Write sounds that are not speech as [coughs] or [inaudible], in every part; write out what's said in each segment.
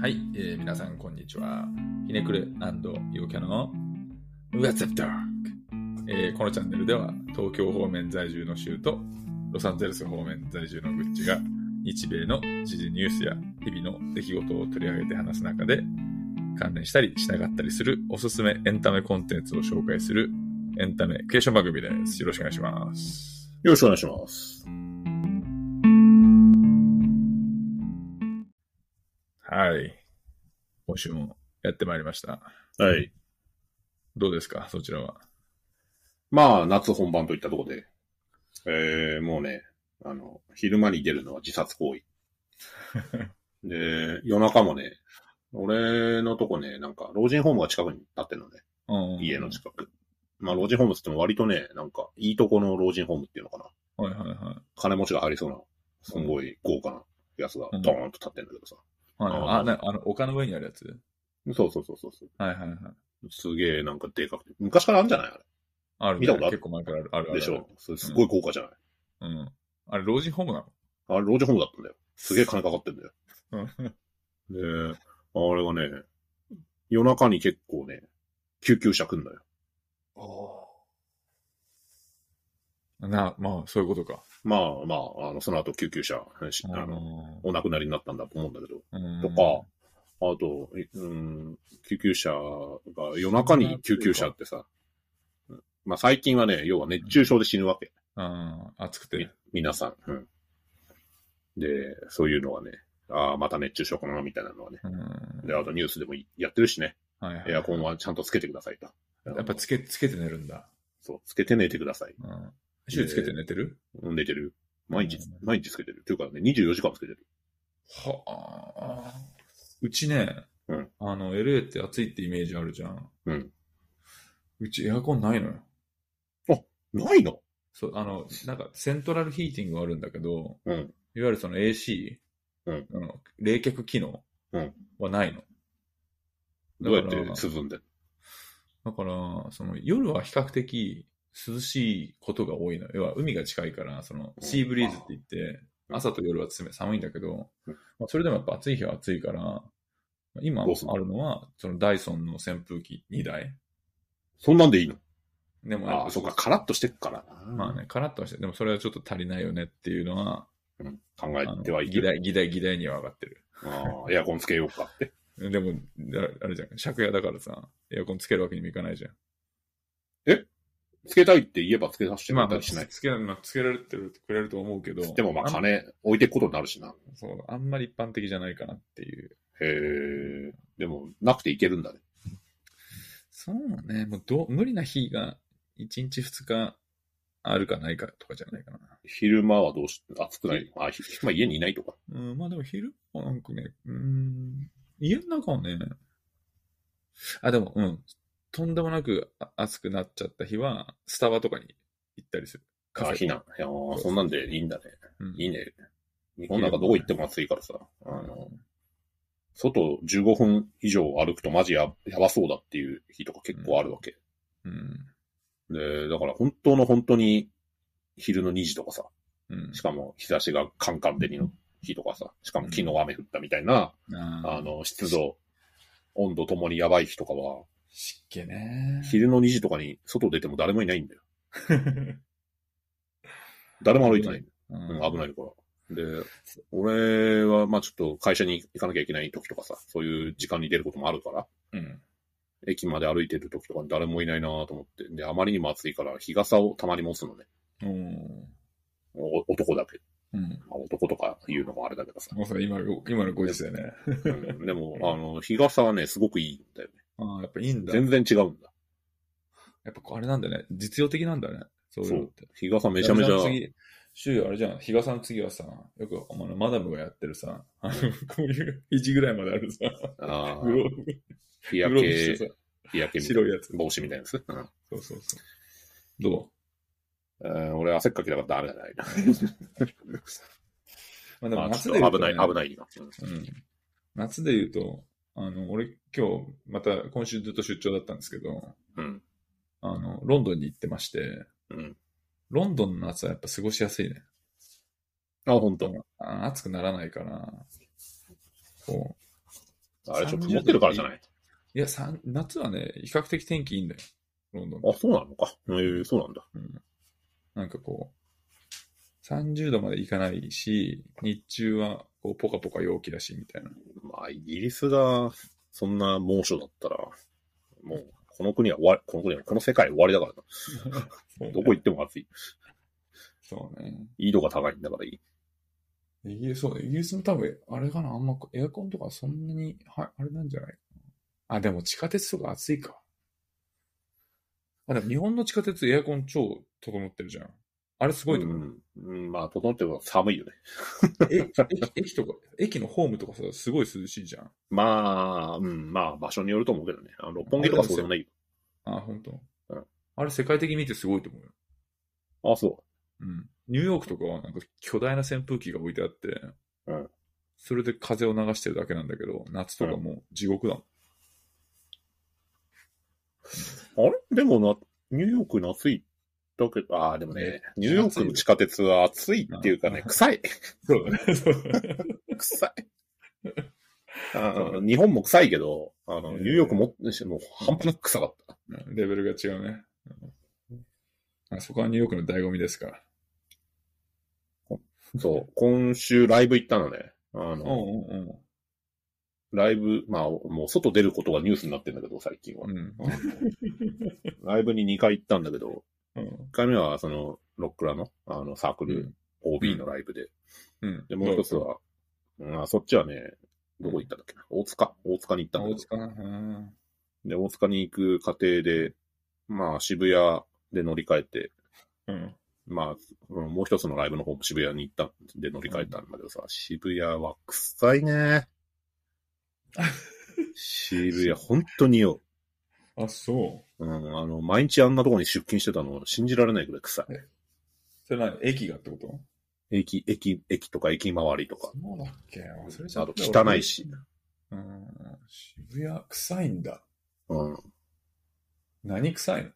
はい、えー、皆さん、こんにちは。ひねくれ陽キャの What's Up Dog、えー、このチャンネルでは、東京方面在住の州と、ロサンゼルス方面在住のグッチが、日米の時事ニュースや日々の出来事を取り上げて話す中で、関連したりしなかったりするおすすめエンタメコンテンツを紹介するエンタメクエーション番組です。よろしくお願いします。よろしくお願いします。はい。今週もやってまいりました。はい。どうですか、そちらは。まあ、夏本番といったところで。えー、もうね、あの、昼間に出るのは自殺行 [laughs] 為。で、夜中もね、俺のとこね、なんか、老人ホームが近くに立ってるのね。うんうんうん、家の近く。まあ、老人ホームつっても割とね、なんか、いいとこの老人ホームっていうのかな。はいはいはい。金持ちが入りそうな、すごい豪華なやつが、ドーンと立ってるんだけどさ。うん、はい、はい、あなあの、丘の上にあるやつ。そうそうそうそうはいはいはい。すげえなんかでかくて。昔からあるんじゃないあれ。ある、ね、見たことある。結構前からある。あるあるでしょ。それすごい豪華じゃない、うん、うん。あれ、老人ホームなのあれ、老人ホームだったんだよ。すげえ金かかってんだよ。で、あれがね、夜中に結構ね、救急車来んのよ。ああ。な、まあ、そういうことか。まあまあ、あの、その後救急車、あの、お亡くなりになったんだと思うんだけど、うんとか、あと、うん、救急車が、夜中に救急車ってさ、まあ最近はね、要は熱中症で死ぬわけ。うん、ああ、暑くて。皆さん、うん。で、そういうのはね、ああ、また熱中症かな、みたいなのはね。で、あとニュースでもやってるしね。はい、はい、エアコンはちゃんとつけてくださいと。やっぱつけ、つけて寝るんだ。。そう、つけて寝てください。うん週つけて寝てる寝てる。毎日、毎日つけてる。というかね、24時間つけてる。はあ。うちね、うん。あの、LA って暑いってイメージあるじゃん。うん。うちエアコンないのよ。あ、ないのそう、あの、なんかセントラルヒーティングはあるんだけど、うん。いわゆるその AC、うん、あの冷却機能はないの。うん、どうやって涼んでだから、その夜は比較的涼しいことが多いの。要は海が近いから、そのシーブリーズって言って、朝と夜は寒いんだけど、まあ、それでもやっぱ暑い日は暑いから、今あるのは、そのダイソンの扇風機2台。そんなんでいいのでもああ、そっか、カラッとしてっから。まあね、カラッとして、でもそれはちょっと足りないよねっていうのは、うん、考えてはいけない。議題、議題には上がってる。ああ、エアコンつけようかって。でも、あれじゃん、借家だからさ、エアコンつけるわけにもいかないじゃん。えつけたいって言えばつけさせてもらったりしなまい。あ、つけ、まあ、つけられてるくれると思うけど。でもまあ金置いていくことになるしな。そう、あんまり一般的じゃないかなっていう。へえ、でも、なくていけるんだね。そうね、もうど無理な日が1日2日あるかないかとかじゃないかな。昼間はどうし、暑くないあ、昼間家にいないとか。うん、まあでも昼間なんかね、うん、家の中はね、あ、でも、うん、とんでもなく暑くなっちゃった日は、スタバとかに行ったりする。カフェ。避難。いやそんなんでいいんだね。うん、いいね。日本なんかどこ行っても暑いからさ、あの、外15分以上歩くとマジややばそうだっていう日とか結構あるわけ。うん、うんで、だから本当の本当に昼の2時とかさ、うん、しかも日差しがカンカン照りの日とかさ、しかも昨日雨降ったみたいな、うん、あの、湿度、温度ともにやばい日とかは、湿気ね。昼の2時とかに外出ても誰もいないんだよ。誰も歩いてない。うん、危ないから。で、俺は、まあちょっと会社に行かなきゃいけない時とかさ、そういう時間に出ることもあるから、うん、駅まで歩いてる時とかに誰もいないなと思って。で、あまりにも暑いから日傘をたまに持つのね。うん。男だけ。うん。まあ、男とか言うのもあれだけど [laughs] さ。もうそれ今、今のご時世ね。うん、でも、あの、日傘はね、すごくいいんだよね。ああ、やっぱいいんだ。全然違うんだ。やっぱあれなんだね。実用的なんだね。そういうのって。日傘めちゃめちゃ。次、週あれじゃん。日傘の次はさ、よく、あの、マダムがやってるさ、あの、こういう1ぐらいまであるさ、あグローブ。日焼け、日焼け白いやつ。帽子みたいなやつ。うん。そうそうそう。どう、えー、俺汗っかきだからダメだね。まあでも夏で言うと、ね、危ない、危ないな。うん。夏で言うと、あの、俺今日、また今週ずっと出張だったんですけど、うん。あの、ロンドンに行ってまして、うん。ロンドンの夏はやっぱ過ごしやすいね。あ、本当。あ暑くならないから、こう、あれちょっと曇ってるからじゃないいや、さん夏はね、比較的天気いいんだよ。ロンドン。あ、そうなのか。ええそうなんだ。うんなんかこう、30度までいかないし、日中はこうポカポカ陽気だし、みたいな。まあ、イギリスが、そんな猛暑だったら、もう、この国は終わり、この国は、この世界終わりだからな。どこ行っても暑い。そうね。いい度が高いんだからいい。イギリス、そうねイギリスも多分、あれかな、あんまエアコンとかそんなに、はあれなんじゃないかな。あ、でも地下鉄とか暑いか。あ、でも日本の地下鉄エアコン超整ってるじゃん。あれすごいと思う。うん。うん、まあ、整っても寒いよね。え駅駅とか、駅のホームとかさ、すごい涼しいじゃん。まあ、うん、まあ、場所によると思うけどね。あの六本木とかそうでもないよ。あ、本当。うんあれ世界的に見てすごいと思うよ。あ、そうん。ニューヨークとかはなんか巨大な扇風機が置いてあって、うんそれで風を流してるだけなんだけど、夏とかもう地獄だもん。う。あれでもな、ニューヨークの暑いだけど、ああ、でもね、ニューヨークの地下鉄は暑いっていうかね、臭い。そうだね、そうだね。臭い。あ [laughs] の日本も臭いけど、あの、ニューヨークも、もう半端なく臭かった。レベルが違うね。うんあそこはニューヨークの醍醐味ですから。そう、今週ライブ行ったのね。あうの、んうんライブ、まあ、もう外出ることがニュースになってんだけど、最近は。うん。ライブに2回行ったんだけど、うん。 1回目はその、ロックラの、あの、サークうル、ん OB のライブで。うん。で、もう一つは、うんあそっちはね、どこ行ったんだっけな。大塚大塚に行ったん大だけど。塚な。うんで、大塚に行く過程で、まあ、渋谷で乗り換えて、うん。まあ、うんもう一つのライブの方も渋谷に行ったんで乗り換えたんだけどさ、渋谷は臭いね。渋谷、本当によ。あ、そう。うん、あの、毎日あんなとこに出勤してたの信じられないくらい臭い。それ何駅がってこと駅、駅、駅とか駅周りとか。そうだっけ忘れちゃあっとた。汚い。し。うん。渋谷、臭いんだ。うん。あ何臭い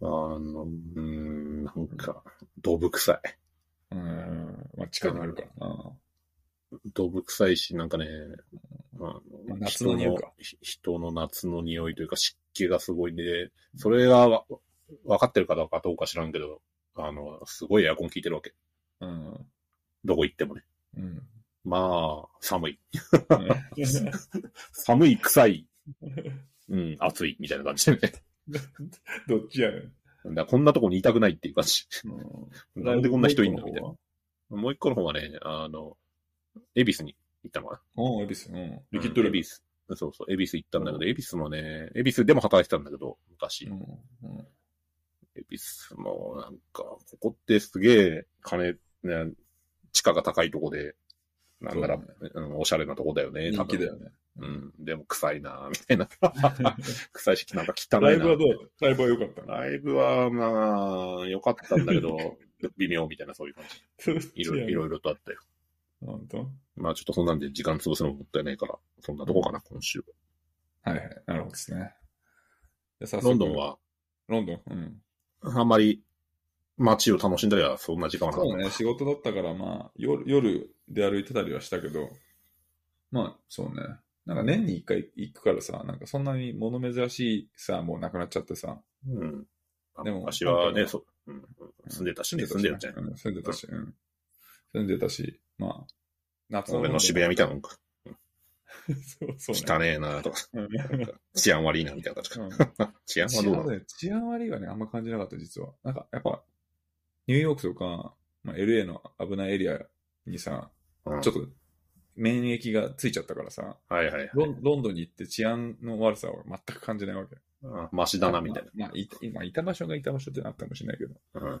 のの、うん、なんか、ドブ臭い。うん。まあ、近くにあるからな。ドブ臭いし、なんかね、あまあ夏の匂いか人の。人の夏の匂いというか湿気がすごいんで、それがわ分かってるかどうかどうか知らんけど、あの、すごいエアコン効いてるわけ。うん。どこ行ってもね。 [laughs] うん。まあ、寒い。寒い、[laughs] 臭い、うん、暑い、みたいな感じでね。だかどっちやねん。らこんなとこにいたくないっていう感じ。なんでこんな人いんのみたいな。な。もう一個の方はね、あの、恵比寿に行ったのかな。おう、エビス。うん。リキッうドんレ恵ビ比寿。そうそう、恵比寿行ったんだけうど、恵比寿もね、恵比寿でも働いてたんだけど、昔。うん。うん恵比寿もなんか、ここってすげえ金、ね、地価が高いとこで、なんなら、そううんおしゃれなとこだよね、人気だよね。ね。うん、でも臭いな、 [laughs] みたいな。臭いし、なんか汚いな。ライブはどうライブは良かったな。ライブはまあ、良かったんだけど、 [laughs] 微妙みたいな、そういう感じ。いろいろいろいろとあったよ。ろ。本当はまあ、ちょっとそんなんで時間潰すのももったいないから、そんなとこかな、今週。いはい。なるほどですね。じゃあロンドン。は、早速ロンドン。うん。あんまり街を楽しんだりは、そんな時間はなかっそうね、仕事だったから、まあ、夜、夜で歩いてたりはしたけど、まあ、そうね。なんか年に一回行くからさ、なんかそんなに物珍しいさ、もうなくなっちゃってさ、た。うん。でも昔はなんね、かそう、うん、住んでたし住んね、でたし住んね、でたじゃん。うん住んでたし、うん。住んでたし、まあ、夏俺の渋谷みたいなもんか。 [laughs] そうそう、ね。汚ねえなとか、うん治安悪いなみたいな感じか。治安は治安どうなはのね治安悪いはね、あんま感じなかった、実は。なんか、やっぱ、ニューヨークとか、まあ、LA の危ないエリアにさ、うんちょっと免疫がついちゃったからさ、はいはいはい。ロンロンドンに行って治安の悪さを全く感じないわけ。あマシだな、みたいまあ、まあい今、いた場所がいた場所ってなったかもしれないけど。な。うん。ああ、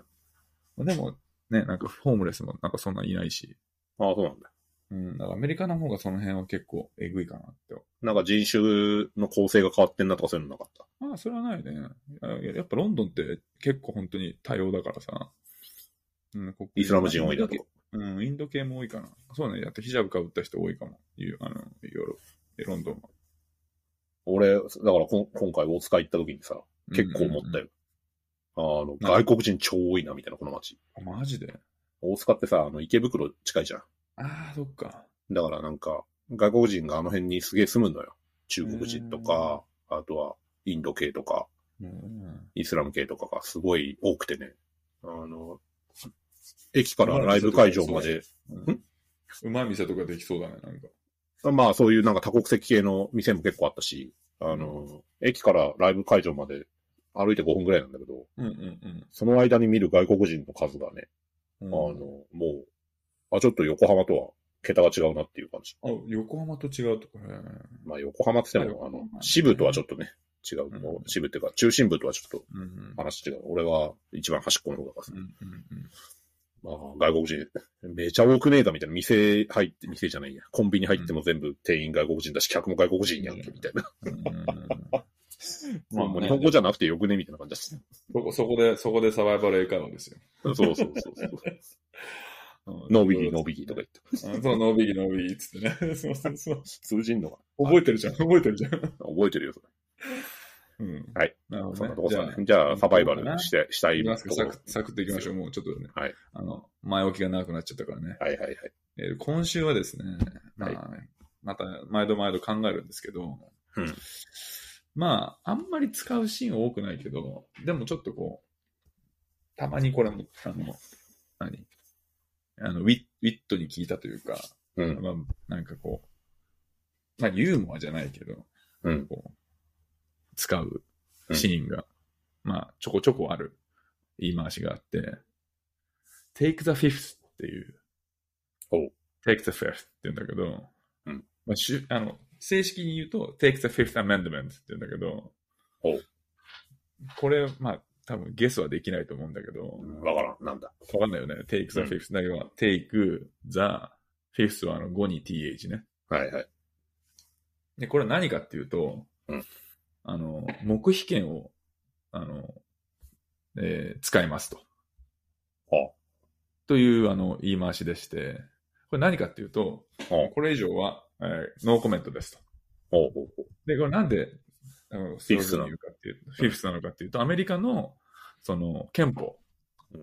まあでも、ね、なんかホームレスもなんかそんないないし、そうなんだ。うん、なんかアメリカの方がその辺は結構えぐいかなって。なんか人種の構成が変わってんなとかそういうのなかった。まあ、それはないね。あややっぱロンドンって結構本当に多様だからさ。うん、こイスラム人多いだとか。うん、インド系も多いかな。そうね、やっとヒジャブかぶった人多いかも。いうあの、ヨーロッパロンドンは。俺、だからこん今回大塚行った時にさ、結構思ったよ。あの、なん外国人超多いな、みたいな、この街。うんうんうんあマジで大塚ってさ、あの、池袋近いじゃん。ああ、そっか。だからなんか、外国人があの辺にすげえ住むのよ。中国人とか、あとはインド系とか、うん。イスラム系とかがすごい多くてね。あの、駅からライブ会場まで、うまい店とかできそうだね、なんか。まあそういうなんか多国籍系の店も結構あったし、あの、駅からライブ会場まで歩いて5分くらいなんだけど、うんうんその間に見る外国人の数がね、うあん。の、もう、あ、ちょっと横浜とは桁が違うなっていう感じ。あの、あ横浜と違うとこね。まあ横浜って言っても、まああ横の浜、ね支部とはちょっとね、違う。うん支部っていうか、中心部とはちょっうんうんと。話違う。俺は一番端っこの方だからさうんうんうん。まあ、外国人、めちゃ多くねえかみたいな。店入って、店じゃないや。コンビニ入っても全部店員外国人だし、客も外国人やんけ、みたいな。 [laughs] まあ、もう日本語じゃなくてよくね、みたいな感じだし。そこそこで、そこでサバイバル英会話ですよ。そうそうそうそう。 [laughs] ノービギー、ノービギーとか言って。あそう、ノービギー、ノービギーっつって [laughs] ね。そうそうそう。通じんのか覚えてるじゃん、覚えてるじゃん。覚えてるよ、それうん。はい。なるほど、そんねなとこ。じでゃすあね。、じゃいあ、いサバイバかなルしたい、したいいとますか、こサろ。クサクっていきましょう。もうちょっとね、はいあの、前置きが長くなっちゃったからね。はいはいはい。えー今週はですね、まあ、はいまた毎度毎度考えるんですけど、うんまあ、あんまり使うシーン多くないけど、でもちょっとこう、たまにこれも、あの、何あのウィウィットに聞いたというか、うん。まあ、なんかこう、まあ、ユーモアじゃないけど、うんこう使うシーンが、まあ、ちょこちょこある言い回しがあって、take the fifth っていうおう、 take the fifth って言うんだけど、うんまあ、しゅあの正式に言うと take the fifth amendment って言うんだけどおう、これ、まあ、多分ゲスはできないと思うんだけど、わからん。なんだ。わかんないよね。take the うん fifth だけど、take the fifth はあの5に th ね。はいはい。で、これは何かっていうと、うんあの、黙秘権を、あの、えー使いますと。はあという、あの、言い回しでして、これ何かっていうと、はあこれ以上は、えーノーコメントですと。おうおうおうで、これなんで、あの、そういうふう Fifth になの言うかっていう、フィフスなのかっていうと、アメリカの、その、憲法うん。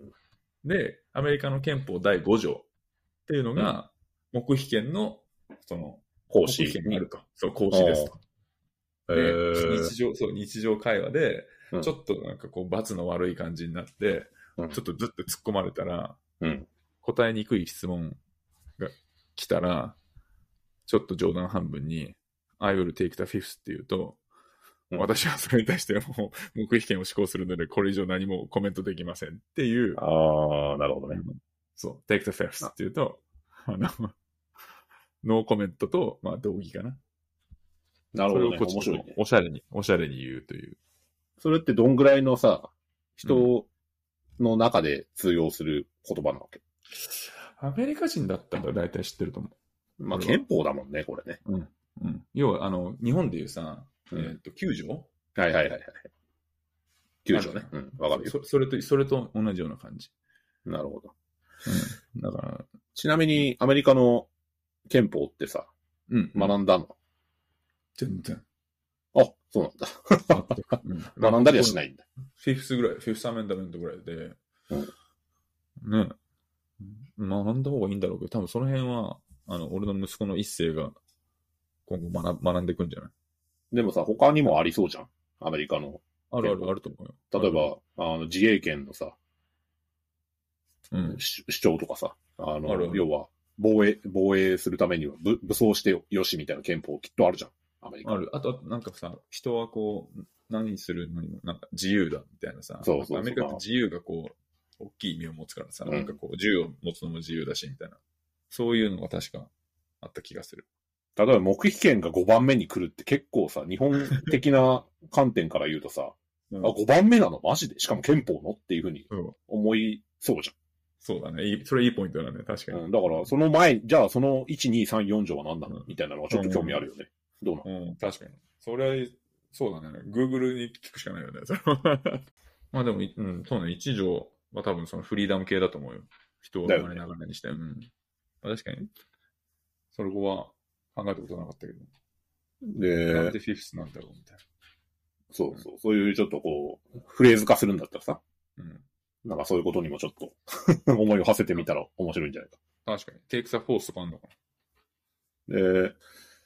で、アメリカの憲法第5条っていうのが、黙秘権の、その、講黙師秘権がにあると。そう、行使ですと。えでー日常、そう、日常会話でう、んちょっとなんかこう、罰の悪い感じになって、うんちょっとずっと突っ込まれたら、うん答えにくい質問が来たら、ちょっと冗談半分に、I will take the fifth って言うと、うん私はそれに対してもう、黙秘権を施行するので、これ以上何もコメントできませんっていう、ああ、なるほどね。そう、take the fifth って言うと、あの、ノーコメントと、まあ、同義かな。なるそほれどをね。こ面っち白のいね。おしゃれに、おしゃれに言うという。それってどんぐらいのさ、人の中で通用する言葉なわけ。アメリカ人だったら大体知ってると思まあ、憲法だもんね、これね。う。うん、要は、あの、日本でいうさ、うんえっと、9条はいはいはいはい。九条ね。うん、わかるよ。そそれと、それと同じような感じ。なるほど。うん、だから、ちなみに、アメリカの憲法ってさ、うん、学んだの、全然。。あ、そうなんだ。学んだりはしないいんだ。フィフスぐらい、フィフスアメンダメントぐらいで、ね、学んだ方がいいんだろうけど、多分その辺は、あの、俺の息子の一世が、今後学学んでいくんじゃないでもさ、他にもありそうじゃん。アメリカの。あるあるあると思うよ。例えば、あの、自衛権のさ、うん、主主張とかさ、あの、ある要は、防衛、防衛するためには武武装してよしみたいな憲法きっとあるじゃん。アメリカ。ある。あと、なんかさ、人はこう、何するのにも、なんか自由だみたいなさ、そうそうそうアメリカって自由がこう、大きい意味を持つからさ、うんなんかこう、銃を持つのも自由だし、みたいな。そういうのが確かあった気がする。例えば、黙秘権が5番目に来るって結構さ、日本的な観点から言うとさ、うんあ、5番目なのマジでしかも憲法のっていうふうにそう思いそうじそうだね。いいそれいいポイントだね、確かゃん。に。うん、だから、その前、じゃあその1、2、3、4条は何なのうんみたいなのはちょっと興味あるよね。どうなのうん、確かに。それは、そうだね。Google に聞くしかないよね、それは [laughs] まあでも、いうん、そうね、一条は多分そのフリーダム系だと思うよ。人をだ生よまねれながらにして。うん。まあ、確かに。それこは考えたことなかったけど。なんで、でフィフスなんだろうみたいそうそう、そういうちょっとこう、フレーズ化するんだったらさ、な。うん。なんかそういうことにもちょっと [laughs] 思いを馳せてみたら面白いんじゃないか。確かに。テイクサフォースとかあんのかで、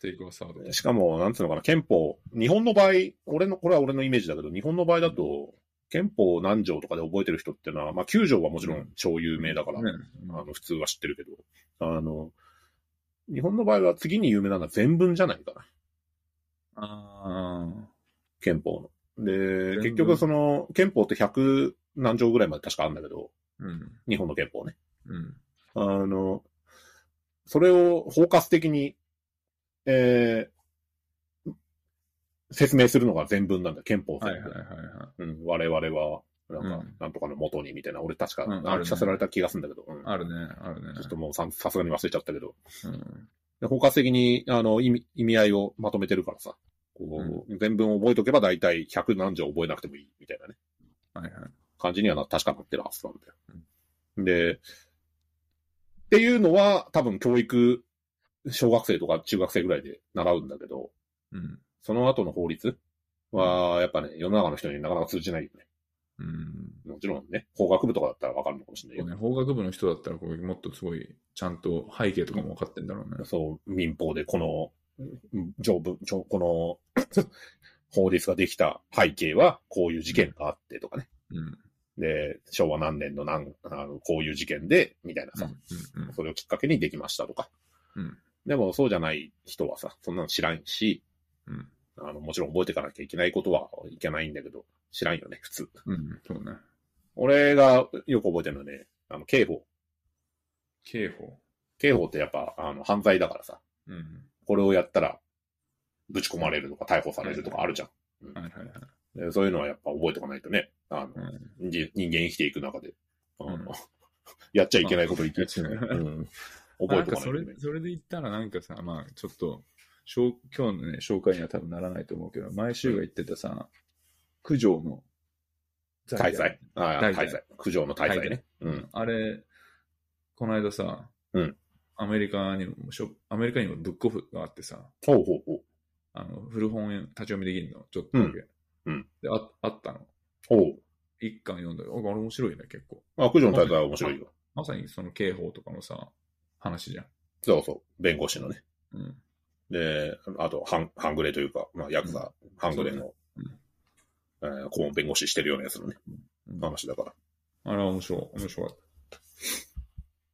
テイクオフサード。しかも、なんつうのかな、憲法、日本の場合、俺の、これは俺のイメージだけど、日本の場合だと、憲法何条とかで覚えてる人ってのは、まあ9条はもちろん超有名だから、ねあの普通は知ってるけど、あの、日本の場合は次に有名なのは全文じゃないかな、ああ。憲法の。で、文結局その、憲法って100何条ぐらいまで確かあるんだけど、うん。日本の憲法ね。うん。あの、それを包括的に、えー説明するのが全文なんだ、憲法は全いは文。いはいはい。うん、我々は、なんか、うんなんとかの元にみたいな、俺確か、うんあ暗るね記させられた気がするんだけど、うんあるね、あるね。ちょっともうささすがに忘れちゃったけど、うん。で包括的にあの意味意味合いをまとめてるからさ、こう、全文を覚えとけば大体100何条覚えなくてもいいみたいなね、はいはい。感じにはな確かなってるはずなんだよ。で、っていうのは多分教育、小学生とか中学生ぐらいで習うんだけど、うん。その後の法律は、やっぱね、世の中の人になかなか通じないよね。うん。もちろんね、法学部とかだったらわかるのかもしれなそいようね、法学部の人だったら、こうもっとすごい、ちゃんと背景とかも分かってんだろうね。そう、民法でこの、うん条文、条この [coughs] 法律ができた背景は、こういう事件があってとかね。うん。で、昭和何年の何、あのこういう事件で、みたいなさ、うん。それをきっかけにできましたとか。うんでも、そうじゃない人はさ、そんなの知らんし、うん。あの、もちろん覚えていかなきゃいけないことはいけないんだけど、知らんよね、普通。うん。うん。そうね。俺がよく覚えてるのはね、あの、刑法。刑法。刑法ってやっぱ、あの、犯罪だからさ、うん。これをやったら、ぶち込まれるとか、逮捕されるとかあるじゃん。はいはいはい。でそういうのはやっぱ覚えておかないとね、あの、うん人人間生きていく中で、あの、うん [laughs] やっちゃいけないこと言って、ま [laughs] あうまん、あ覚えておかないそとれね。それで言ったらなんかさ、まあちょっと、しょう今日のね、紹介には多分ならないと思うけど、前週が言ってたさ、九条の滞在。ああ、滞滞在在。苦情の滞在ね。う。うんん。あれ、この間さ、うんアメリカにもしょ、アメリカにもブックオフがあってさ、ほうほうほう。あの古本立ち読みできるの、ちょっとだけ。うんうんであ、あったの。ほ一巻読んだけど、ああれ面白いね、結構。う。あ、苦情の滞在は面白いよ。まさにその刑法とかのさ、話じゃん。そうそう。弁護士のね。うん。で、あと、半、半グレというか、まあ、ヤクザ、半グレの、えー顧問弁護士してるようなやつのねうん、話だから。あれは面白い、面白かっ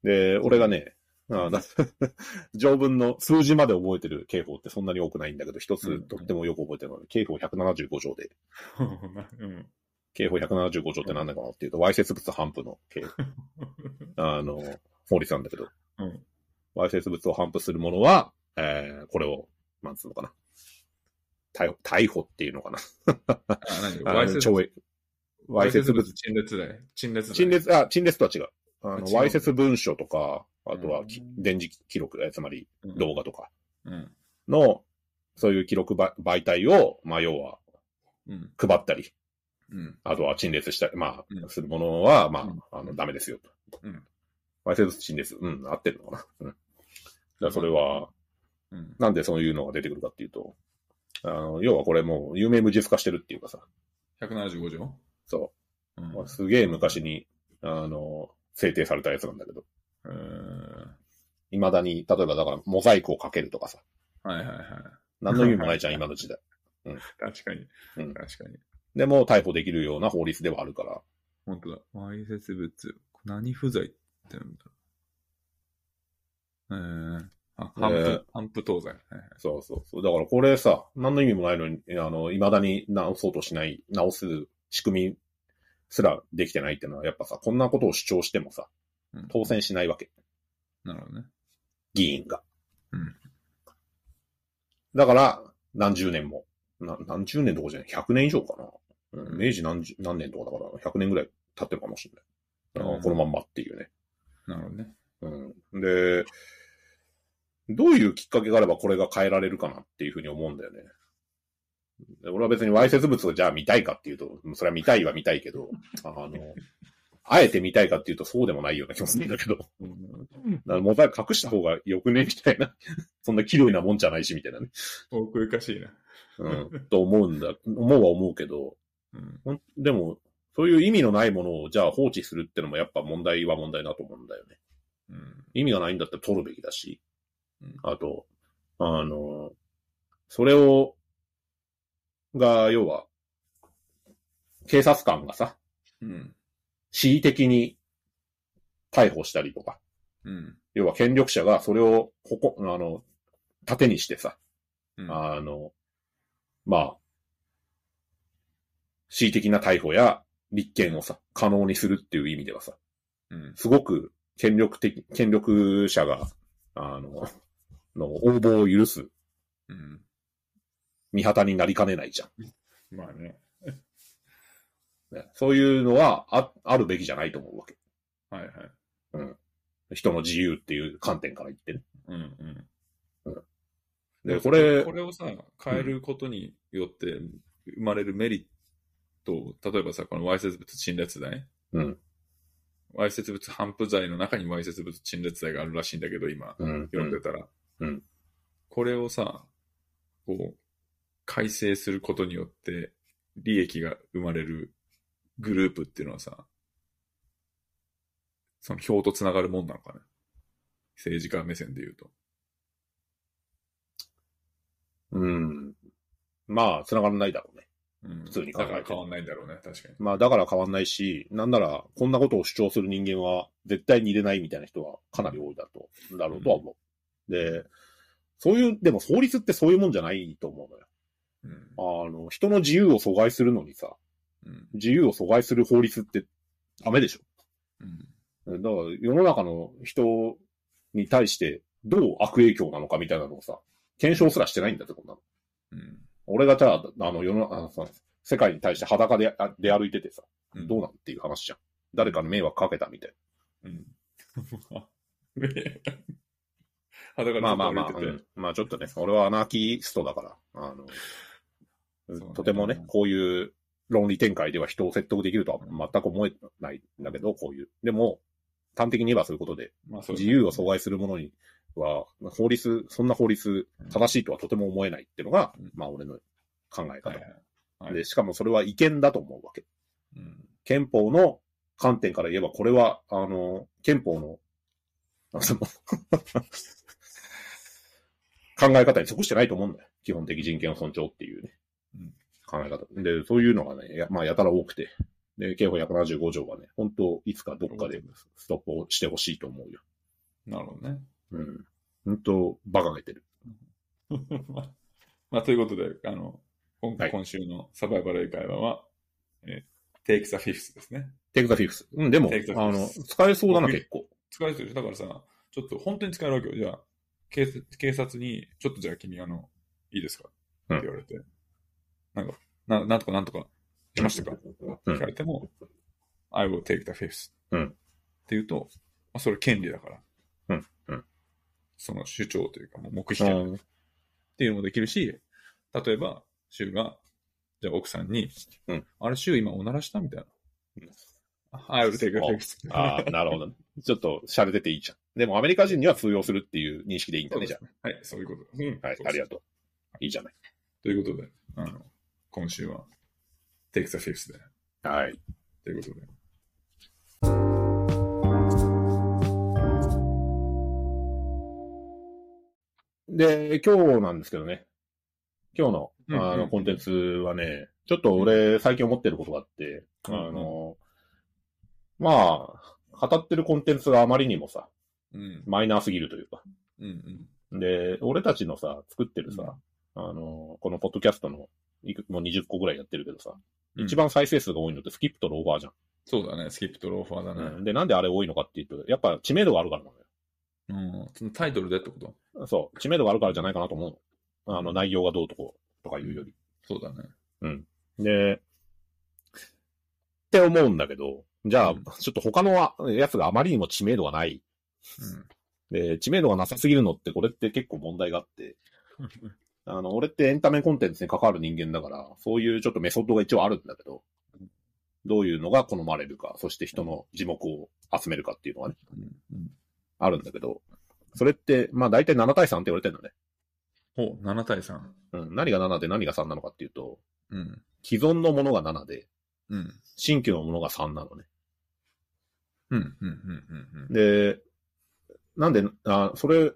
で、俺がね、あな [laughs] 条文の数字まで覚えてる刑法ってそんなに多くないんだけど、一うつんとってもよく覚えてるのは、刑法175条で、た。 [laughs] うん。刑法175条って何だかなっていうと、わいせつ物反布の [laughs] 刑、あの、法律なんだけどうん、わいせつ物を反布するものは、えー、これを、なんつうのかな。逮捕、逮捕っていうのかな。あ、何あわいのせつ懲役。わいせつ物陳列罪。陳列罪。陳列、あ、陳列とは違う。あ違の、うわいせつ文書とか、あとはきうん電磁記録、えつまり動画とかうん。の、そういう記録ば媒体を、まあ、要はうん。配ったり、うん。あとは陳列したり、まうあ、んするものは、まうんあ、あの、ダメですよと。うん。わいせつ陳列、うん、合ってるのかな。うん。だからそれは、うん。なんでそういうのが出てくるかっていうと、あの、要はこれもう有名無実化してるっていうかさ、 175条そうう、んまあすげえ昔に、あの、制定されたやつなんだけど、えー未だに、例えばだから、モザイクをかけるとかさ、はいはいはい。何の意味もないじゃん、今の時代。確かに。うん確かに。でも、逮捕できるような法律ではあるから、本当だ。わいせつ物。何不在って言うんだろう。えー、あ、反え復ー、反復東西。はいはいそうそうそう。だからこれさ、何の意味もないのに、あの、未だに直そうとしない、直す仕組みすらできてないっていうのは、やっぱさ、こんなことを主張してもさ、うん当選しないわけ、なるほどね。議員が。うんだから、何十年も、な何十年とかじゃない、100年以上かな。うん明治何十何年とかだから、100年ぐらい経ってるかもしれない。あうんこのまんまっていうね。なるほどね。うん。で、どういうきっかけがあればこれが変えられるかなっていうふうに思うんだよね。で俺は別にわいせつ物をじゃあ見たいかっていうと、それは見たいは見たいけど、あの、あえて見たいかっていうとそうでもないような気もするんだけど、だかうん、らモザイク隠した方がよくねみたいな、 [laughs] そんな綺麗なもんじゃないしみたいなね。奥ゆかしいな。うん、と思うんだ、思うは思うけど、うん。ほんでも、そういう意味のないものをじゃあ放置するってのもやっぱ問題は問題だと思うんだよね。うん。意味がないんだったら取るべきだし、うんあと、あの、それを、が、要は、警察官がさ、うん。恣意的に逮捕したりとか、うん。要は権力者がそれを、ほこ、あの、盾にしてさ、うん。あの、まあ、恣意的な逮捕や立件をさ、可能にするっていう意味ではさ、うん。すごく権力的、権力者が、あの、の横暴を許すうん。見旗になりかねないじゃまあね。ん。ねそういうのはあ、あるべきじゃないと思うわけ。はいはい。人の自由っていう観点から言ってね。うんうん。で、これこ、れをさ、変えることによって生まれるメリット、例えばさ、このわいせつ物陳列罪。うん。わいせつ物反布罪の中にわいせつ物陳列罪があるらしいんだけど、今、うん、う読んでん、たら。うんこれをさ、こう、改正することによって、利益が生まれるグループっていうのはさ、その票とつながるもんなのかね。政治家目線で言うと。うん。まあ、繋がらないだろうね。うん、普通に考えてだから変わんないんだろうね、確かに。まあ、だから変わんないし、なんなら、こんなことを主張する人間は絶対に入れないみたいな人はかなり多いだと、だろうとは思う。で、そういう、でも法律ってそういうもんじゃないと思うのよ。うんあの、人の自由を阻害するのにさ、うん自由を阻害する法律ってダメでしょ。うんだから世の中の人に対してどう悪影響なのかみたいなのをさ、検証すらしてないんだってこんなの。うん俺がじゃあ、あの世のあのさ世界に対して裸であ出歩いててさ、うんどうなんっていう話じゃん。誰かに迷惑かけたみたいうん。 [laughs] ねえ裸でな。まあまあまあ、歩いててうんまあちょっとね、俺はアナーキストだから、あその、うねとてもね、こういう論理展開では人を説得できるとは全く思えないんだけど、こういう。でも、端的に言えばそういうことで、まあそうだね自由を阻害するものには、法律、そんな法律、正しいとはとても思えないっていうのが、うんまあ俺の考えはい方は。いはいで、しかもそれは違憲だと思うわけ。うん憲法の観点から言えば、これは、あの、憲法の、あその [laughs] 考え方に即してないと思うんだよ。基本的人権を尊重っていうねうん。考え方。で、そういうのがね、やまあ、やたら多くて。で、刑法175条はね、本当いつかどっかでストップをしてほしいと思うよ。なるほどね。うん。本当馬鹿げてる。 [laughs] まあまあ、ということで、あの、今はい今週のサバイバル英会話は、えー、Take the Fifth ですね。テイクザフィフス。うん、でも、 Take the あの、 fifth 使えそうだな、結構。使えてるだからさ、ちょっと本当に使えるわけよ。じゃあ、警察警察に、ちょっとじゃあ君、あの、いいですかうんって言われて、なんか、ななんとかなんとかしましたかうん聞かれても、I will take the fifth、うんって言うと、まあ、それ権利だから。うんうんその主張というか、もう目う標っん。ていうのもできるし、例えば、柊が、じゃあ奥さんに、うんあれ、柊今おならしたみたいな。I will take the fifth。ああ、なるほどね。ちょっと、洒落てていいじゃん。でも、アメリカ人には通用するっていう認識でいいんだそうね、でじすゃねはい、そういうことです。うんあ。はい、ありがとう。いいじゃない。ということで、あの、今週は、Take the Fifth で、はい。ということで。で、今日なんですけどね。今日の、うんうんあの、コンテンツはね、ちょっと俺、最近思ってることがあって、あの、まあ、語ってるコンテンツがあまりにもさ、うん、マイナーすぎるというか。うん、うん。で、俺たちのさ、作ってるさ、あの、このポッドキャストの、いくもう20個ぐらいやってるけどさ、うん一番再生数が多いのってスキップとローバーじゃん。そうだね、スキップとローファーだね。で、なんであれ多いのかっていうと、やっぱ知名度があるからなのうん、そのタイトルでってことよ。そう、知名度があるからじゃないかなと思うの。あの、内容がどうとことかいうより。そうだね。で、って思うんだけど、じゃあ、うんちょっと他のやつがあまりにも知名度がない。で、知名度がなさすぎるのって、これって結構問題があって、あの、俺ってエンタメコンテンツに関わる人間だから、そういうちょっとメソッドが一応あるんだけどうん、どういうのが好まれるか、そして人の字幕を集めるかっていうのはね、うん。うん、あるんだけど、それって、まあ大体7対3って言われてるのね。お、7対3。うん、何が7で何が3なのかっていうと、うん。既存のものが7で、うん。新規のものが3なのね。うん、うん、うん、うん。で、なんで、あそれ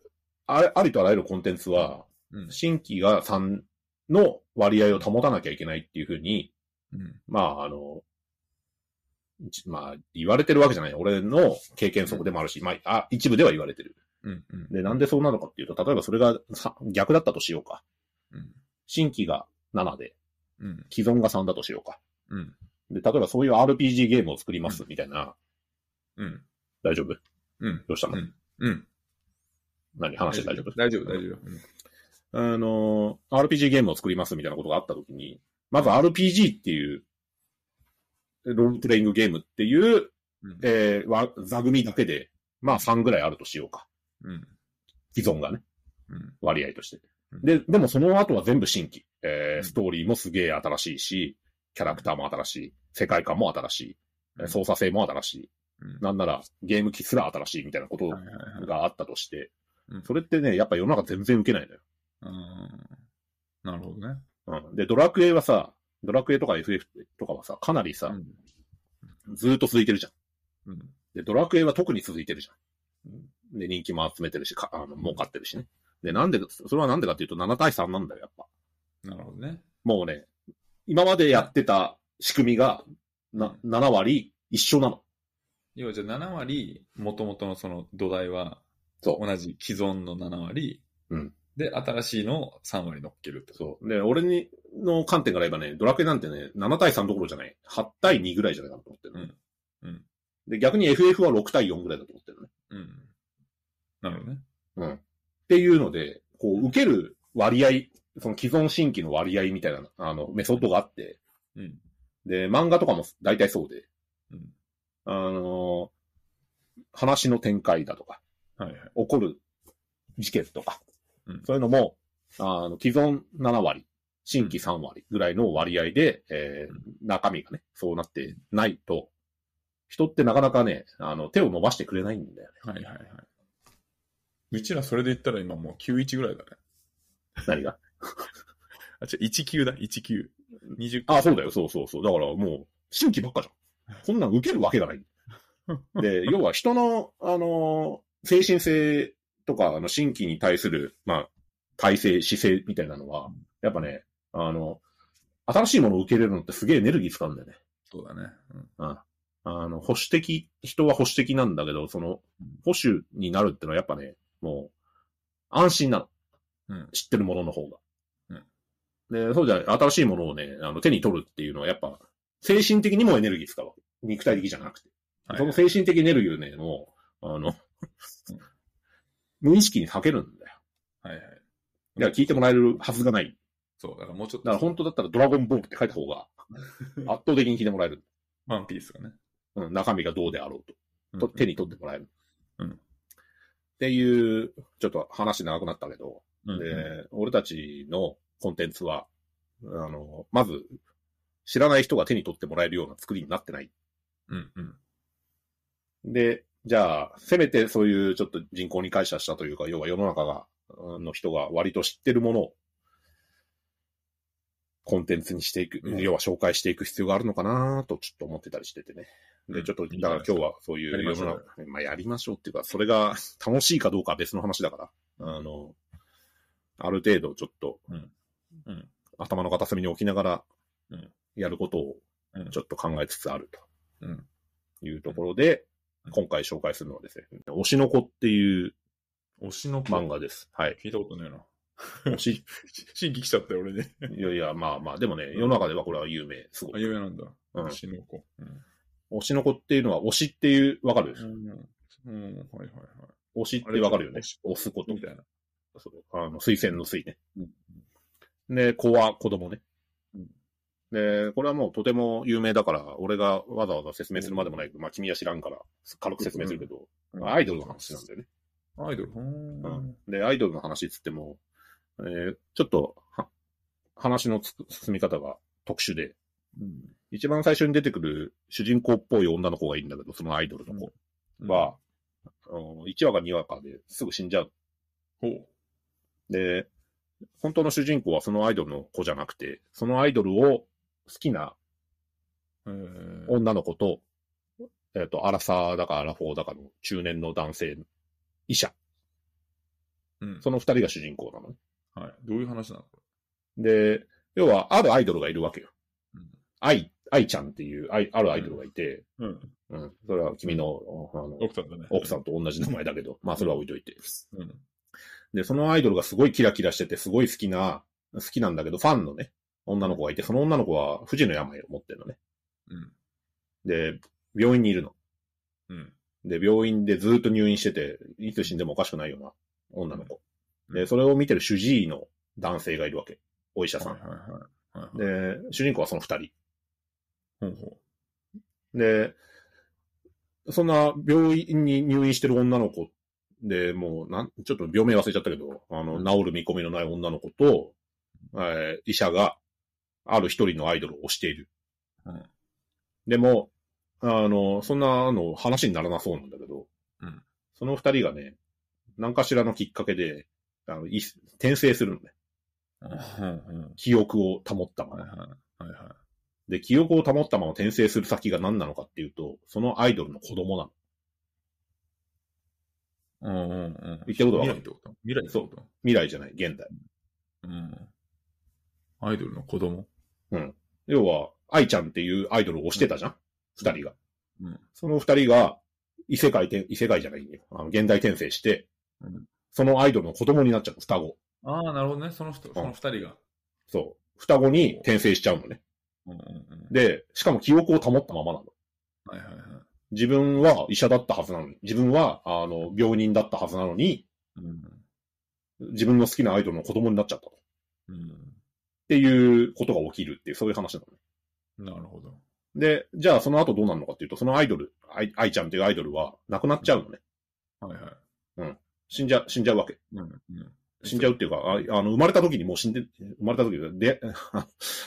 あ、ありとあらゆるコンテンツは、うん。新規が3の割合を保たなきゃいけないっていうふうに、うん。まあ、あの、一まあ、言われてるわけじゃない。俺の経験則でもあるし、まあ、あ一部では言われてる。うん。うん。で、なんでそうなのかっていうと、例えばそれがさ逆だったとしようか。うん。新規が7で、うん。既存が3だとしようか。うん。で、例えばそういう RPG ゲームを作ります、みたいな。うん。大丈夫うん。どうしたの、うん。何話して大丈夫大丈夫、大丈夫。うんあの、RPG ゲームを作りますみたいなことがあったときに、まず RPG っていう、ロールプレイングゲームっていう、うん。えーわ、座組だけで、まあ3ぐらいあるとしようか。うん。既存がね、うん。割合としてうん。で、でもその後は全部新規。えうんー、ストーリーもすげえ新しいし、キャラクターも新しい、世界観も新しい、えー操作性も新しうんい、なんならゲーム機すら新しいみたいなことはいはいはい。があったとしてうん、それってね、やっぱ世の中全然受けないのよ。うんなるほどね。うん。で、ドラクエはさ、ドラクエとか FF とかはさ、かなりさ、ずーっと続いてるじゃん。うん。で、ドラクエは特に続いてるじゃん。で、人気も集めてるし、かあの儲かってるしね。で、なんで、それはなんでかっていうと7対3なんだよ、やっぱ。なるほどね。もうね、今までやってた仕組みが、な、7割一緒なの。要はじゃあ7割、もともとのその土台は、そう同じ既存の7割、うんで、新しいのを3割乗っけるってこと。そう。で、俺に、の観点から言えばね、ドラクエなんてね、7対3どころじゃない。8対2ぐらいじゃないかなと思ってるのね、うんうんで、逆に FF は6対4ぐらいだと思ってるのね。うん。なるほどね。うん。っていうので、こう、受ける割合、その既存新規の割合みたいな、あの、メソッドがあって、うん。で、漫画とかも大体そうで、うん。あのー話の展開だとか、はいはい。起こる事件とか、うんそういうのも、あの、既存7割、新規3割ぐらいの割合で、えー中身がね、そうなってないと、人ってなかなかね、あの、手を伸ばしてくれないんだよね。はいはいはい。うちらそれで言ったら今もう91ぐらいだね。何があ、違う、19だ、19。20あ、そうだよ、そうそうそう。だからもう、新規ばっかじゃん。こんなん受けるわけがない。で、要は人の、あのー精神性とか、あの、新規に対する、まあ、体制、姿勢みたいなのは、やっぱね、あの、新しいものを受け入れるのってすげえエネルギー使うんだよね。そうだね。うんあの、保守的、人は保守的なんだけど、その、保守になるってのはやっぱね、もう、安心なの。うん知ってるものの方が。で、そうじゃない、新しいものをね、あの手に取るっていうのはやっぱ、精神的にもエネルギー使うわけ。肉体的じゃなくて。はいその精神的エネルギーをね、もう、あの、無意識にかけるんだよ。はいはい。だから聞いてもらえるはずがない。そう、だからもうちょっと。だから本当だったらドラゴンボールって書いた方が、圧倒的に聞いてもらえる。ワンピースがね。うん、中身がどうであろうと。と手に取ってもらえる。うんっていう、ちょっと話長くなったけど、うん。でうん、俺たちのコンテンツは、あの、まず、知らない人が手に取ってもらえるような作りになってない。うんうん。で、じゃあ、せめてそういうちょっと人口に感謝したというか、要は世の中が、あの人が割と知ってるものを、コンテンツにしていく、うん要は紹介していく必要があるのかなとちょっと思ってたりしててね。うで、んちょっと、だから今日はそういやりうま世しょうの中、まあやりましょうっていうか、それが楽しいかどうかは別の話だから、あの、ある程度ちょっと、うんうん頭の片隅に置きながらうん、やることをうんちょっと考えつつあると、うんいうところで、うん今回紹介するのはですね、推しの子っていう推しの子漫画です。 [laughs] はい。聞いたことないな。推し、新規来ちゃったよ、 [laughs] 俺ね。いやいや、まあまあ、でもね、世の中ではこれは有名、すごあ、い。有名なんだ。うん推しの子。うん。推しの子っていうのは、推しっていう、わかるうん、うんはいはいはい。推しってわかるよあれね推し。推すことみ。たいな。そうあの、推薦の推ね。で、子は子供ねうん。で、これはもうとても有名だから、俺がわざわざ説明するまでもないけど、まあ君は知らんから、軽く説明するけど、まあアイドルの話なんだよね。アイドル。ほーん。うんで、アイドルの話っつっても、えーちょっとは、話のつ進み方が特殊で、うん一番最初に出てくる主人公っぽい女の子がいるんだけど、そのアイドルの子は、1話か2話かですぐ死んじゃう。ほう。で、本当の主人公はそのアイドルの子じゃなくて、そのアイドルを好きなえー女の子と、えっ、と、アラサーだかアラフォーだかの中年の男性、医者。うんその二人が主人公なのね。はい。どういう話なのこで、要は、あるアイドルがいるわけようん。愛、愛ちゃんっていう、愛あるアイドルがいて、れ。うん。うん。それは君の、あの、奥さんだね。奥さんと同じ名前だけど、まあそれは置いといて。うん。で、そのアイドルがすごいキラキラしてて、すごい好きな、好きなんだけど、ファンのね、女の子がいて、その女の子は富士の病を持ってるのね。うん。で、病院にいるの。うん。で、病院でずっと入院してて、いつ死んでもおかしくないような女の子。うんで、それを見てる主治医の男性がいるわけ。お医者さはいん。はいはいはい。はい、で、主人公はその二人。ほうほで、そんな病院に入院してる女の子で、もう、なん、ちょっと病名忘れちゃったけど、あの、治る見込みのない女の子と、えー医者が、ある一人のアイドルを推している。うんでも、あの、そんな、あの、話にならなそうなんだけど、うんその二人がね、何かしらのきっかけで、あの、い転生するのね。う。うんうん。記憶を保ったまはいま。はい。はいはで、記憶を保ったまま転生する先が何なのかっていうと、そのアイドルの子供なの。い。うんうんうん。言ってることわ未来かっるてこと未来ってこと未来じゃない、現代。うん。アイドルの子供要は、愛ちゃんっていうアイドルを推してたじゃん二、人が。うん。その二人が、異世界転、異世界じゃないんだよ。あの、現代転生して、うんそのアイドルの子供になっちゃう、双子。ああ、なるほどね。その人、その二人が。そう。双子に転生しちゃうのね。うんうんうん。で、しかも記憶を保ったままなの。はいはいはい。自分は医者だったはずなのに、自分は、あの、病人だったはずなのに、うん。自分の好きなアイドルの子供になっちゃったと。っうん。ていうことが起きるっていう、そういう話なのね。なるほど。で、じゃあその後どうなるのかっていうと、そのアイドル、愛愛ちゃんっていうアイドルは亡くなっちゃうのね。はいはい。死んじゃ、死んじゃうわけ。うんうん。死んじゃうっていうか、ああの、生まれた時にもう死んで、生まれた時で、で、 [laughs]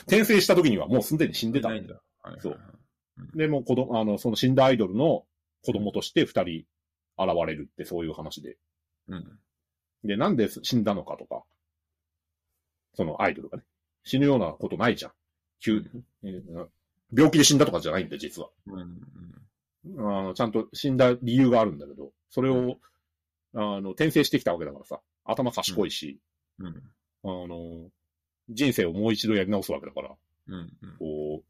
転生した時にはもうすでに死んでたない。んだ。はいはいはい。そうで、もう子供、あの、その死んだアイドルの子供として二人現れるってそういう話で。うん。で、なんで死んだのかとか、そのアイドルがね、死ぬようなことないじゃん。急、えー病気で死んだとかじゃないんだよ、実は。うんうん。あの、ちゃんと死んだ理由があるんだけど、それを、あの、転生してきたわけだからさ、頭賢いし、うん。あの、人生をもう一度やり直すわけだから、うん。うん。こ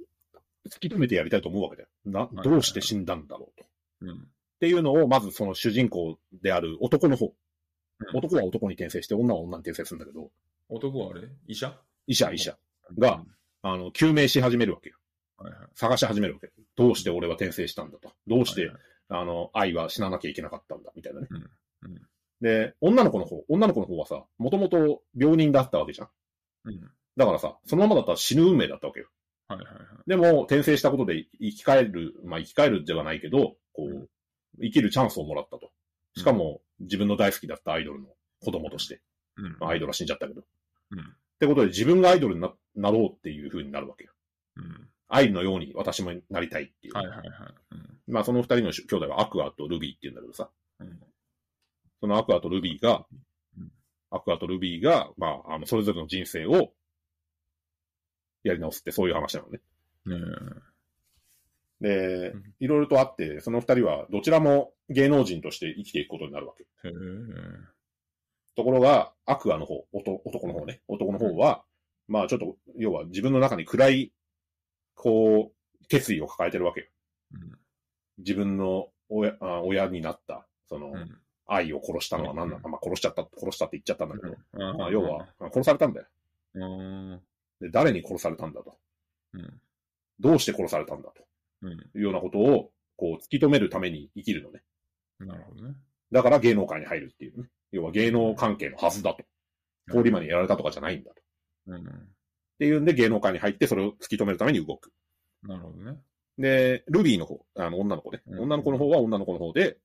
う、突き止めてやりたいと思うわけだよ。な、いどうして死んだんだろうと。っうん。ていうのを、まずその主人公である男の方。うん男は男に転生して、女は女に転生するんだけど、男はあれ医者医者、医者、があの、究明し始めるわけよ。はいはい。探し始めるわけ。どうして俺は転生したんだと。どうしはて、いはい、あの、愛は死ななきゃいけなかったんだ、みたいなね。うんうんで、女の子の方、女の子の方はさ、もともと病人だったわけじゃん。うん。だからさ、そのままだったら死ぬ運命だったわけよ。はいはいはい。でも、転生したことで生き返る、まあ生き返るではないけど、こうんう、生きるチャンスをもらったと。しかも、自分の大好きだったアイドルの子供として、うん。まあアイドルは死んじゃったけど。っうん。てことで、自分がアイドルにななろうっていう風になるわけよ。うん。アイドルのように私もなりたいっていう。はいはいはい。うん。まあその二人の兄弟はアクアとルビーって言うんだけどさ。うんそのアクアとルビーがうん、アクアとルビーが、まあ、あの、それぞれの人生を、やり直すってそういう話なのね。ねでうん、いろいろとあって、その二人はどちらも芸能人として生きていくことになるわけ。え。へえ。ところが、アクアの方、おと男の方ね、男の方は、まあちょっと、要は自分の中に暗い、こう、決意を抱えてるわけよ。うん自分の親あ親になった、そのう、ん。愛を殺したのは何なのか、まあ殺しちゃった、殺したって言っちゃったんだけど、うんまあ要は、、あ殺されたんだよ。うん。で、誰に殺されたんだと。うん。どうして殺されたんだとういうようなことを、こう、突き止めるために生きるのね。ん。なるほどね。だから芸能界に入るっていうね。要は芸能関係のはずだと。通り魔にやられたとかじゃないんだと。っうん。ていうんで芸能界に入ってそれを突き止めるために動く。なるほどね。で、ルビーの方、あの女の子ね。うん女の子の方は女の子の方で、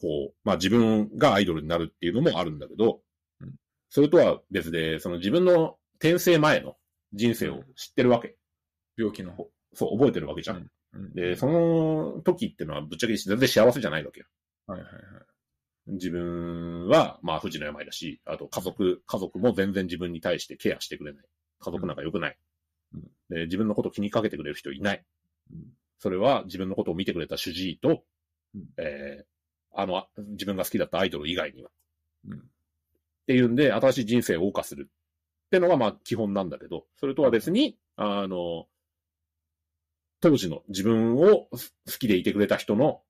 こう、まあ自分がアイドルになるっていうのもあるんだけどうん、それとは別で、その自分の転生前の人生を知ってるわけ。病気の方。そう、覚えてるわけじゃん。うんで、その時ってのはぶっちゃけ全然幸せじゃないわけよ。はいはいはい。自分は、まあ、不治の病だし、あと家族、家族も全然自分に対してケアしてくれない。家族なんか良くない。うんで自分のこと気にかけてくれる人いない。うんそれは自分のことを見てくれた主治医と、うんえーあの、自分が好きだったアイドル以外には。うんっていうんで、新しい人生を謳歌するってのがまあ基本なんだけど、それとは別に、あの、当時の自分を好きでいてくれた人の、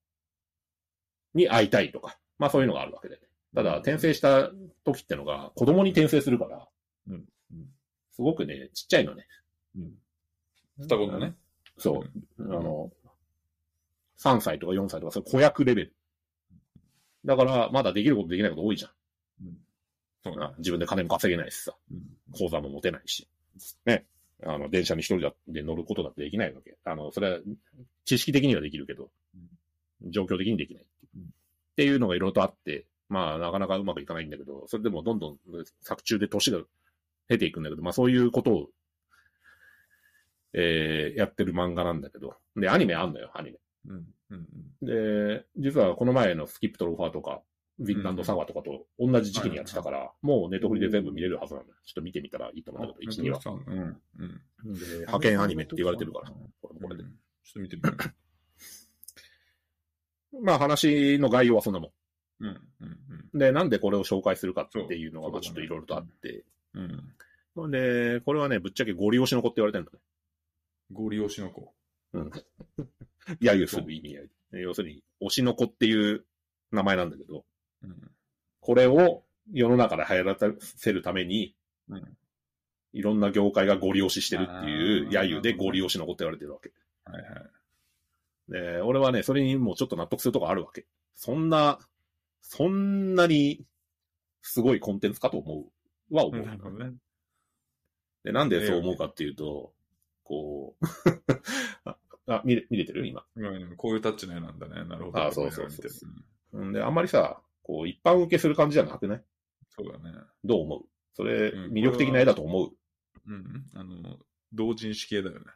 に会いたいとか、まあそういうのがあるわけで。ただ、転生した時ってのが子供に転生するから、うんうんすごくね、ちっちゃいのね。双子のね。そう。あの、3歳とか4歳とか、それ子役レベル。だから、まだできることできないこと多いじゃん。そうあな。自分で金も稼げないしさうん、口座も持てないし、ね。あの、電車に一人だで乗ることだってできないわけ。あの、それは、知識的にはできるけど、状況的にできない。うんっていうのがいろいろとあって、まあ、なかなかうまくいかないんだけど、それでもどんどん作中で年が経ていくんだけど、まあそういうことを、えー、やってる漫画なんだけど。で、アニメあんのよ、アニメ。うん。うん。で、実はこの前のスキップとローファーとか、ウィンランドサガとかと同じ時期にやってたから、もうネットフリで全部見れるはずなんだ。ちょっと見てみたらいいと思うんだけど、1、2は。うん。うん。で派遣アニメって言われてるから、これもここれれでで。。ちょっと見てみよまあ話の概要はそんなもう。うん。うん。ん。で、なんでこれを紹介するかっていうのが、まあちょっといろいろとあって。うん。で、これはね、ぶっちゃけゴリ押しの子って言われてるんだね。ゴリ押しの子。揶揄する意味合いで。要するに、推しの子っていう名前なんだけど、うん。これを世の中で流行らせるために、うんいろんな業界がゴリ押ししてるっていう、あー揶揄でゴリ押しの子って言われてるわけ。はいはい。で、俺はね、それにもうちょっと納得するとこあるわけ。そんな、そんなに、すごいコンテンツかと思う。は思う。ね。で、なんでそう思うかっていうと、こう、 [laughs] ああ、見れ、見れてる今。うんこういうタッチの絵なんだね。なるほど。あそうそうそうそうんで、あんまりさ、こう、一般受けする感じじゃなくないうだね。どう思うそれ、うん魅力的な絵だと思う、うん。あの、同人誌系だよね。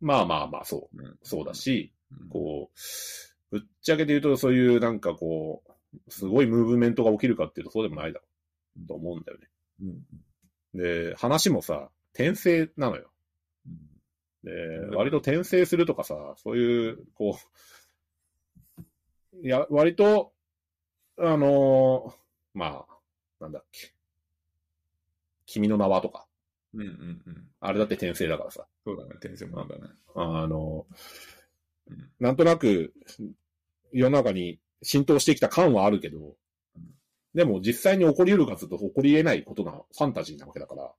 まあまあまあ、そう。うんそうだし、うんこう、ぶっちゃけて言うと、そういうなんかこう、すごいムーブメントが起きるかっていうとそうでもないだろう、と思うんだようん。ね。で、話もさ、転生なのよ。うんでん、割と転生するとかさ、そういう、こう、いや、割と、あのーまあ、なんだっけ。君の名はとか、うんうんうん。あれだって転生だからさ。そうだね。転生もなんだね。あの、うんなんとなく、世の中に浸透してきた感はあるけどうん、でも実際に起こり得るかずっと起こり得ないことな、ファンタジーなわけだから、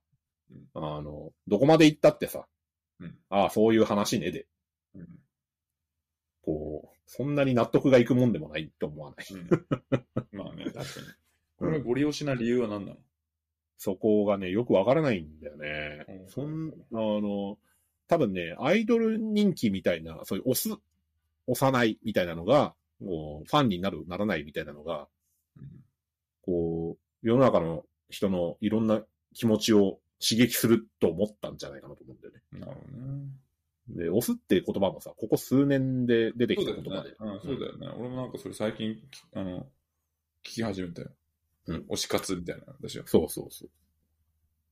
うんあの、どこまで行ったってさ、うんああ、そういう話ねで、うん。こう、そんなに納得がいくもんでもないと思わない。うん [laughs] まあね、確かに。これがゴリ押しな理由は何なのそこがね、よくわからないんだよね。うんそん、あの、多分ね、アイドル人気みたいな、そういう押す、押さないみたいなのが、もうファンになる、ならないみたいなのが、こう、世の中の人のいろんな気持ちを刺激すると思ったんじゃないかなと思うんだよね。なるほどね。で、押すって言葉もさ、ここ数年で出てきた言葉で。うんそうだよね。俺もなんかそれ最近、きあの、聞き始めたよ。うん推し活みたいな、私は。そうそうそう。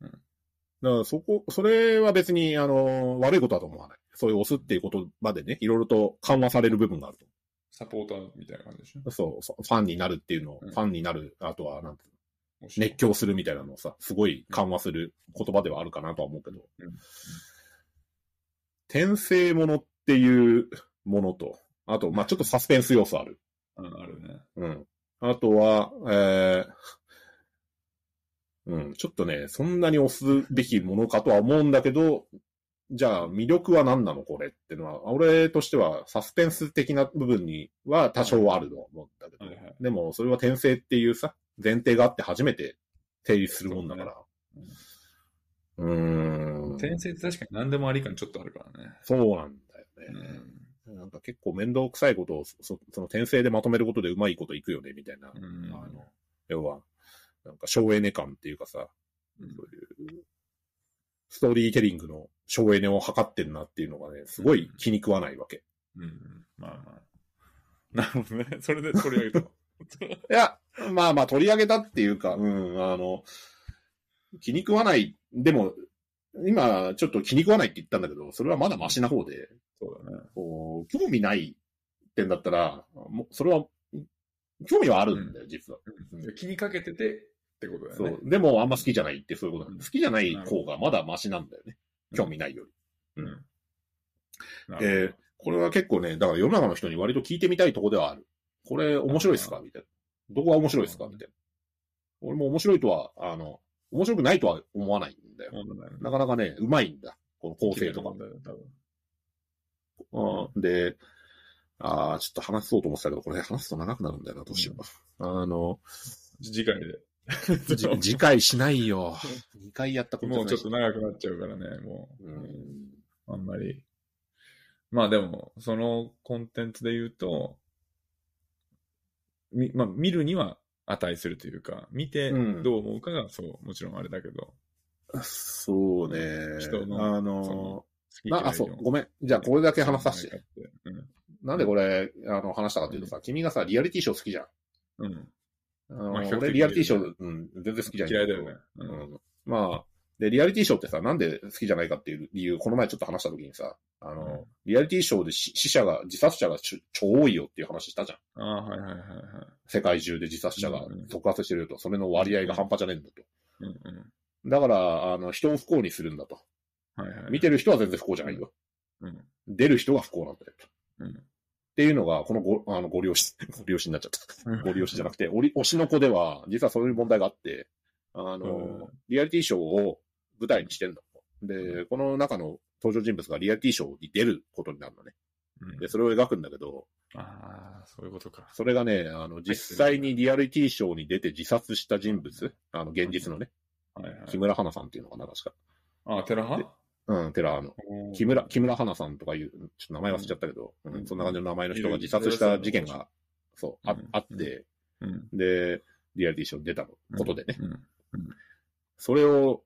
うんだからそこ、それは別に、あの、悪いことだと思わない。そういう押すっていう言葉でね、いろいろと緩和される部分があるとサポーターみたいな感じでしょ。思う。そうそう、ファンになるっていうのを、うんファンになる、あとは、なんていうの推し熱狂するみたいなのをさ、すごい緩和する言葉ではあるかなとは思うけど、うん転生ものっていうものと、あと、まあ、ちょっとサスペンス要素ある。うん、あるね。うん。あとは、えー、うん、ちょっとね、そんなに押すべきものかとは思うんだけど、じゃあ魅力は何なのこれってのは、俺としてはサスペンス的な部分には多少はあると思うんだけどは、いはい。でもそれは転生っていうさ、前提があって初めて成立するもんだから。うーん。転生って確かに何でもあり感ちょっとあるからね。そうなんだよね。うんなんか結構面倒くさいことを、そそその転生でまとめることでうまいこといくよね、みたいな。うんあの、要は、なんか省エネ感っていうかさ、うんそういう、ストーリーテリングの省エネを図ってんなっていうのがね、すごい気に食わないわけ。うん。まあまあ。なるほどね。 [laughs] それで取り上げた。いや、まあまあ取り上げたっていうか、うん、あの、気に食わない、でも、今、ちょっと気に食わないって言ったんだけど、それはまだマシな方で、そうだね。こう興味ないってんだったら、もうそれは、興味はあるんだよ、実は。気にかけてて、ってことだよそね。う。でも、あんま好きじゃないってそういうことなんうだん好きじゃない方がまだマシなんだよね。興味ないより。うん。なるえーこれは結構ね、だから世の中の人に割と聞いてみたいとこではある。これ面白いっすかみたいな。どこが面白いっすかみたいな。俺も面白いとは、あの、面白くないとは思わないんだよ。ほどなるほどなかなかね、うまいんだ。この構成とか綺。麗な問題だようん、で、ああ、ちょっと話そうと思ってたけど、これ話すと長くなるんだよな、どうしよう。あ [laughs] 多の、分次回で。じ [laughs] 次回しないよ。2回やったこともうちょっとと長くなっちゃうからね、もう。うん。あんまり。まあでも、そのコンテンツで言うと、みまあ、見るには値するというか、見てうんどう思うかが、そう、もちろんあれだけど、そうね。人のあそのの、好きな嫌あ、いそのう、ごめん。じゃあ、これだけ話させて。うんなんでこれ、あの、話したかっていうとさ、君がさ、リアリティショー好きじゃん。うん。あの、まあ比較的俺、リアリティショー、うん、全然好きじゃない。嫌いだよね。う。うんん。まあ、で、リアリティショーってさ、なんで好きじゃないかっていう理由、この前ちょっと話した時にさ、あの、うんリアリティショーで死死者が、自殺者がちょ超多いよっていう話したじゃん。ああ、はいはいはいはい。世界中で自殺者がうん続発してると、それの割合が半端じゃねえんだと。うんうん。だから、あの、人を不幸にするんだと。はいはい。見てる人は全然不幸じゃないよ。うん。出る人が不幸なんだよ。うん。っていうのが、このご、あの、ご利用し、 [laughs] ご利用しになっちゃった。ご利用しじゃなくて、おり、推しの子では、実はそういう問題があって、あの、リアリティショーを舞台にしてるの。で、この中の登場人物がリアリティショーに出ることになるのね。うんで、それを描くんだけど、ああ、そういうことか。それがね、あの、実際にリアリティショーに出て自殺した人物、あの、現実のね、はいはい。木村花さんっていうのかな、確か。ああ、テラハうん、テラーの。木村、木村花さんとかいう、ちょっと名前忘れちゃったけど、んうんそんな感じの名前の人が自殺した事件が、そう、あうんあって、うん。で、リアリティショーに出たのことでね。うん。それを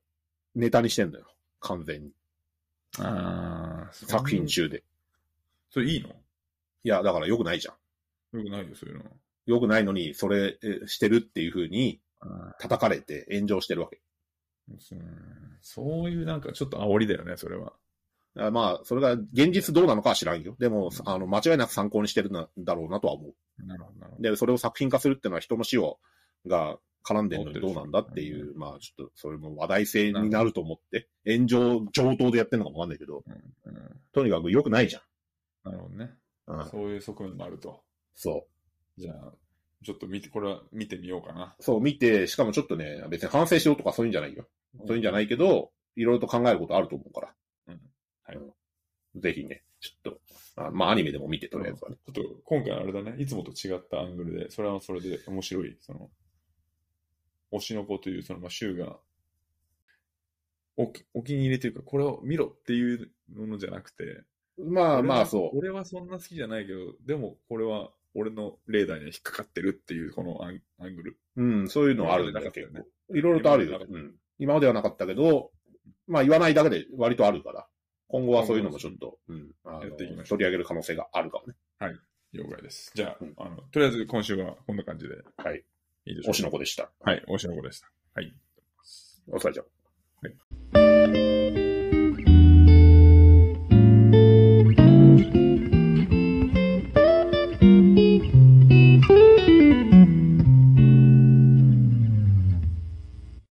ネタにしてんのよ。完全に。ああ、作品中で。それいいのいや、だから良くないじゃん。よくないよ、そういうの。良くないのに、それえしてるっていう風にあ叩かれて炎上してるわけ。うんそういうなんかちょっと煽りだよね、それは。あまあ、それが現実どうなのかは知らんよ。でも、あの、間違いなく参考にしてるんだろうなとは思なるほど、なるほう。ど。で、それを作品化するっていうのは人の死を、が絡んでるのにどうなんだっていう、まあ、ちょっと、それも話題性になると思って、炎上、上等でやってるのかもわかんないけど、うん、とにかく良くないじゃなん。るほどね。うん。そういう側面もあると。そう。じゃあ、ちょっと見て、これは見てみようかな。そう見て、しかもちょっとね、別に反省しようとかそういうんじゃないよ。そういうんじゃないけど、いろいろと考えることあると思うから。うんはいい。ぜひね、ちょっと、あまあアニメでも見てとりあえずはね。ちょっと今回あれだね、いつもと違ったアングルで、それはそれで面白い、その、推しの子という、その、まあ、週が、おきお気に入りというか、これを見ろっていうものじゃなくて、俺まあはまあそう。俺はそんな好きじゃないけど、でもこれは俺のレーダーには引っかかってるっていう、このアンアングル。うん、そういうのはあるんなだかよ、ったよ結ね構。いろいろとある今まで。なよかうん。今まではなかったけど、まあ言わないだけで割とあるから。今後はそういうのもちょっと、うん。あのやっていきましょう取り上げる可能性があるかもね。了解です。じゃあ、うんあの、とりあえず今週はこんな感じで。はい。いいでしょう推しの子でした。はい、推しの子でした。はい。お疲れ様。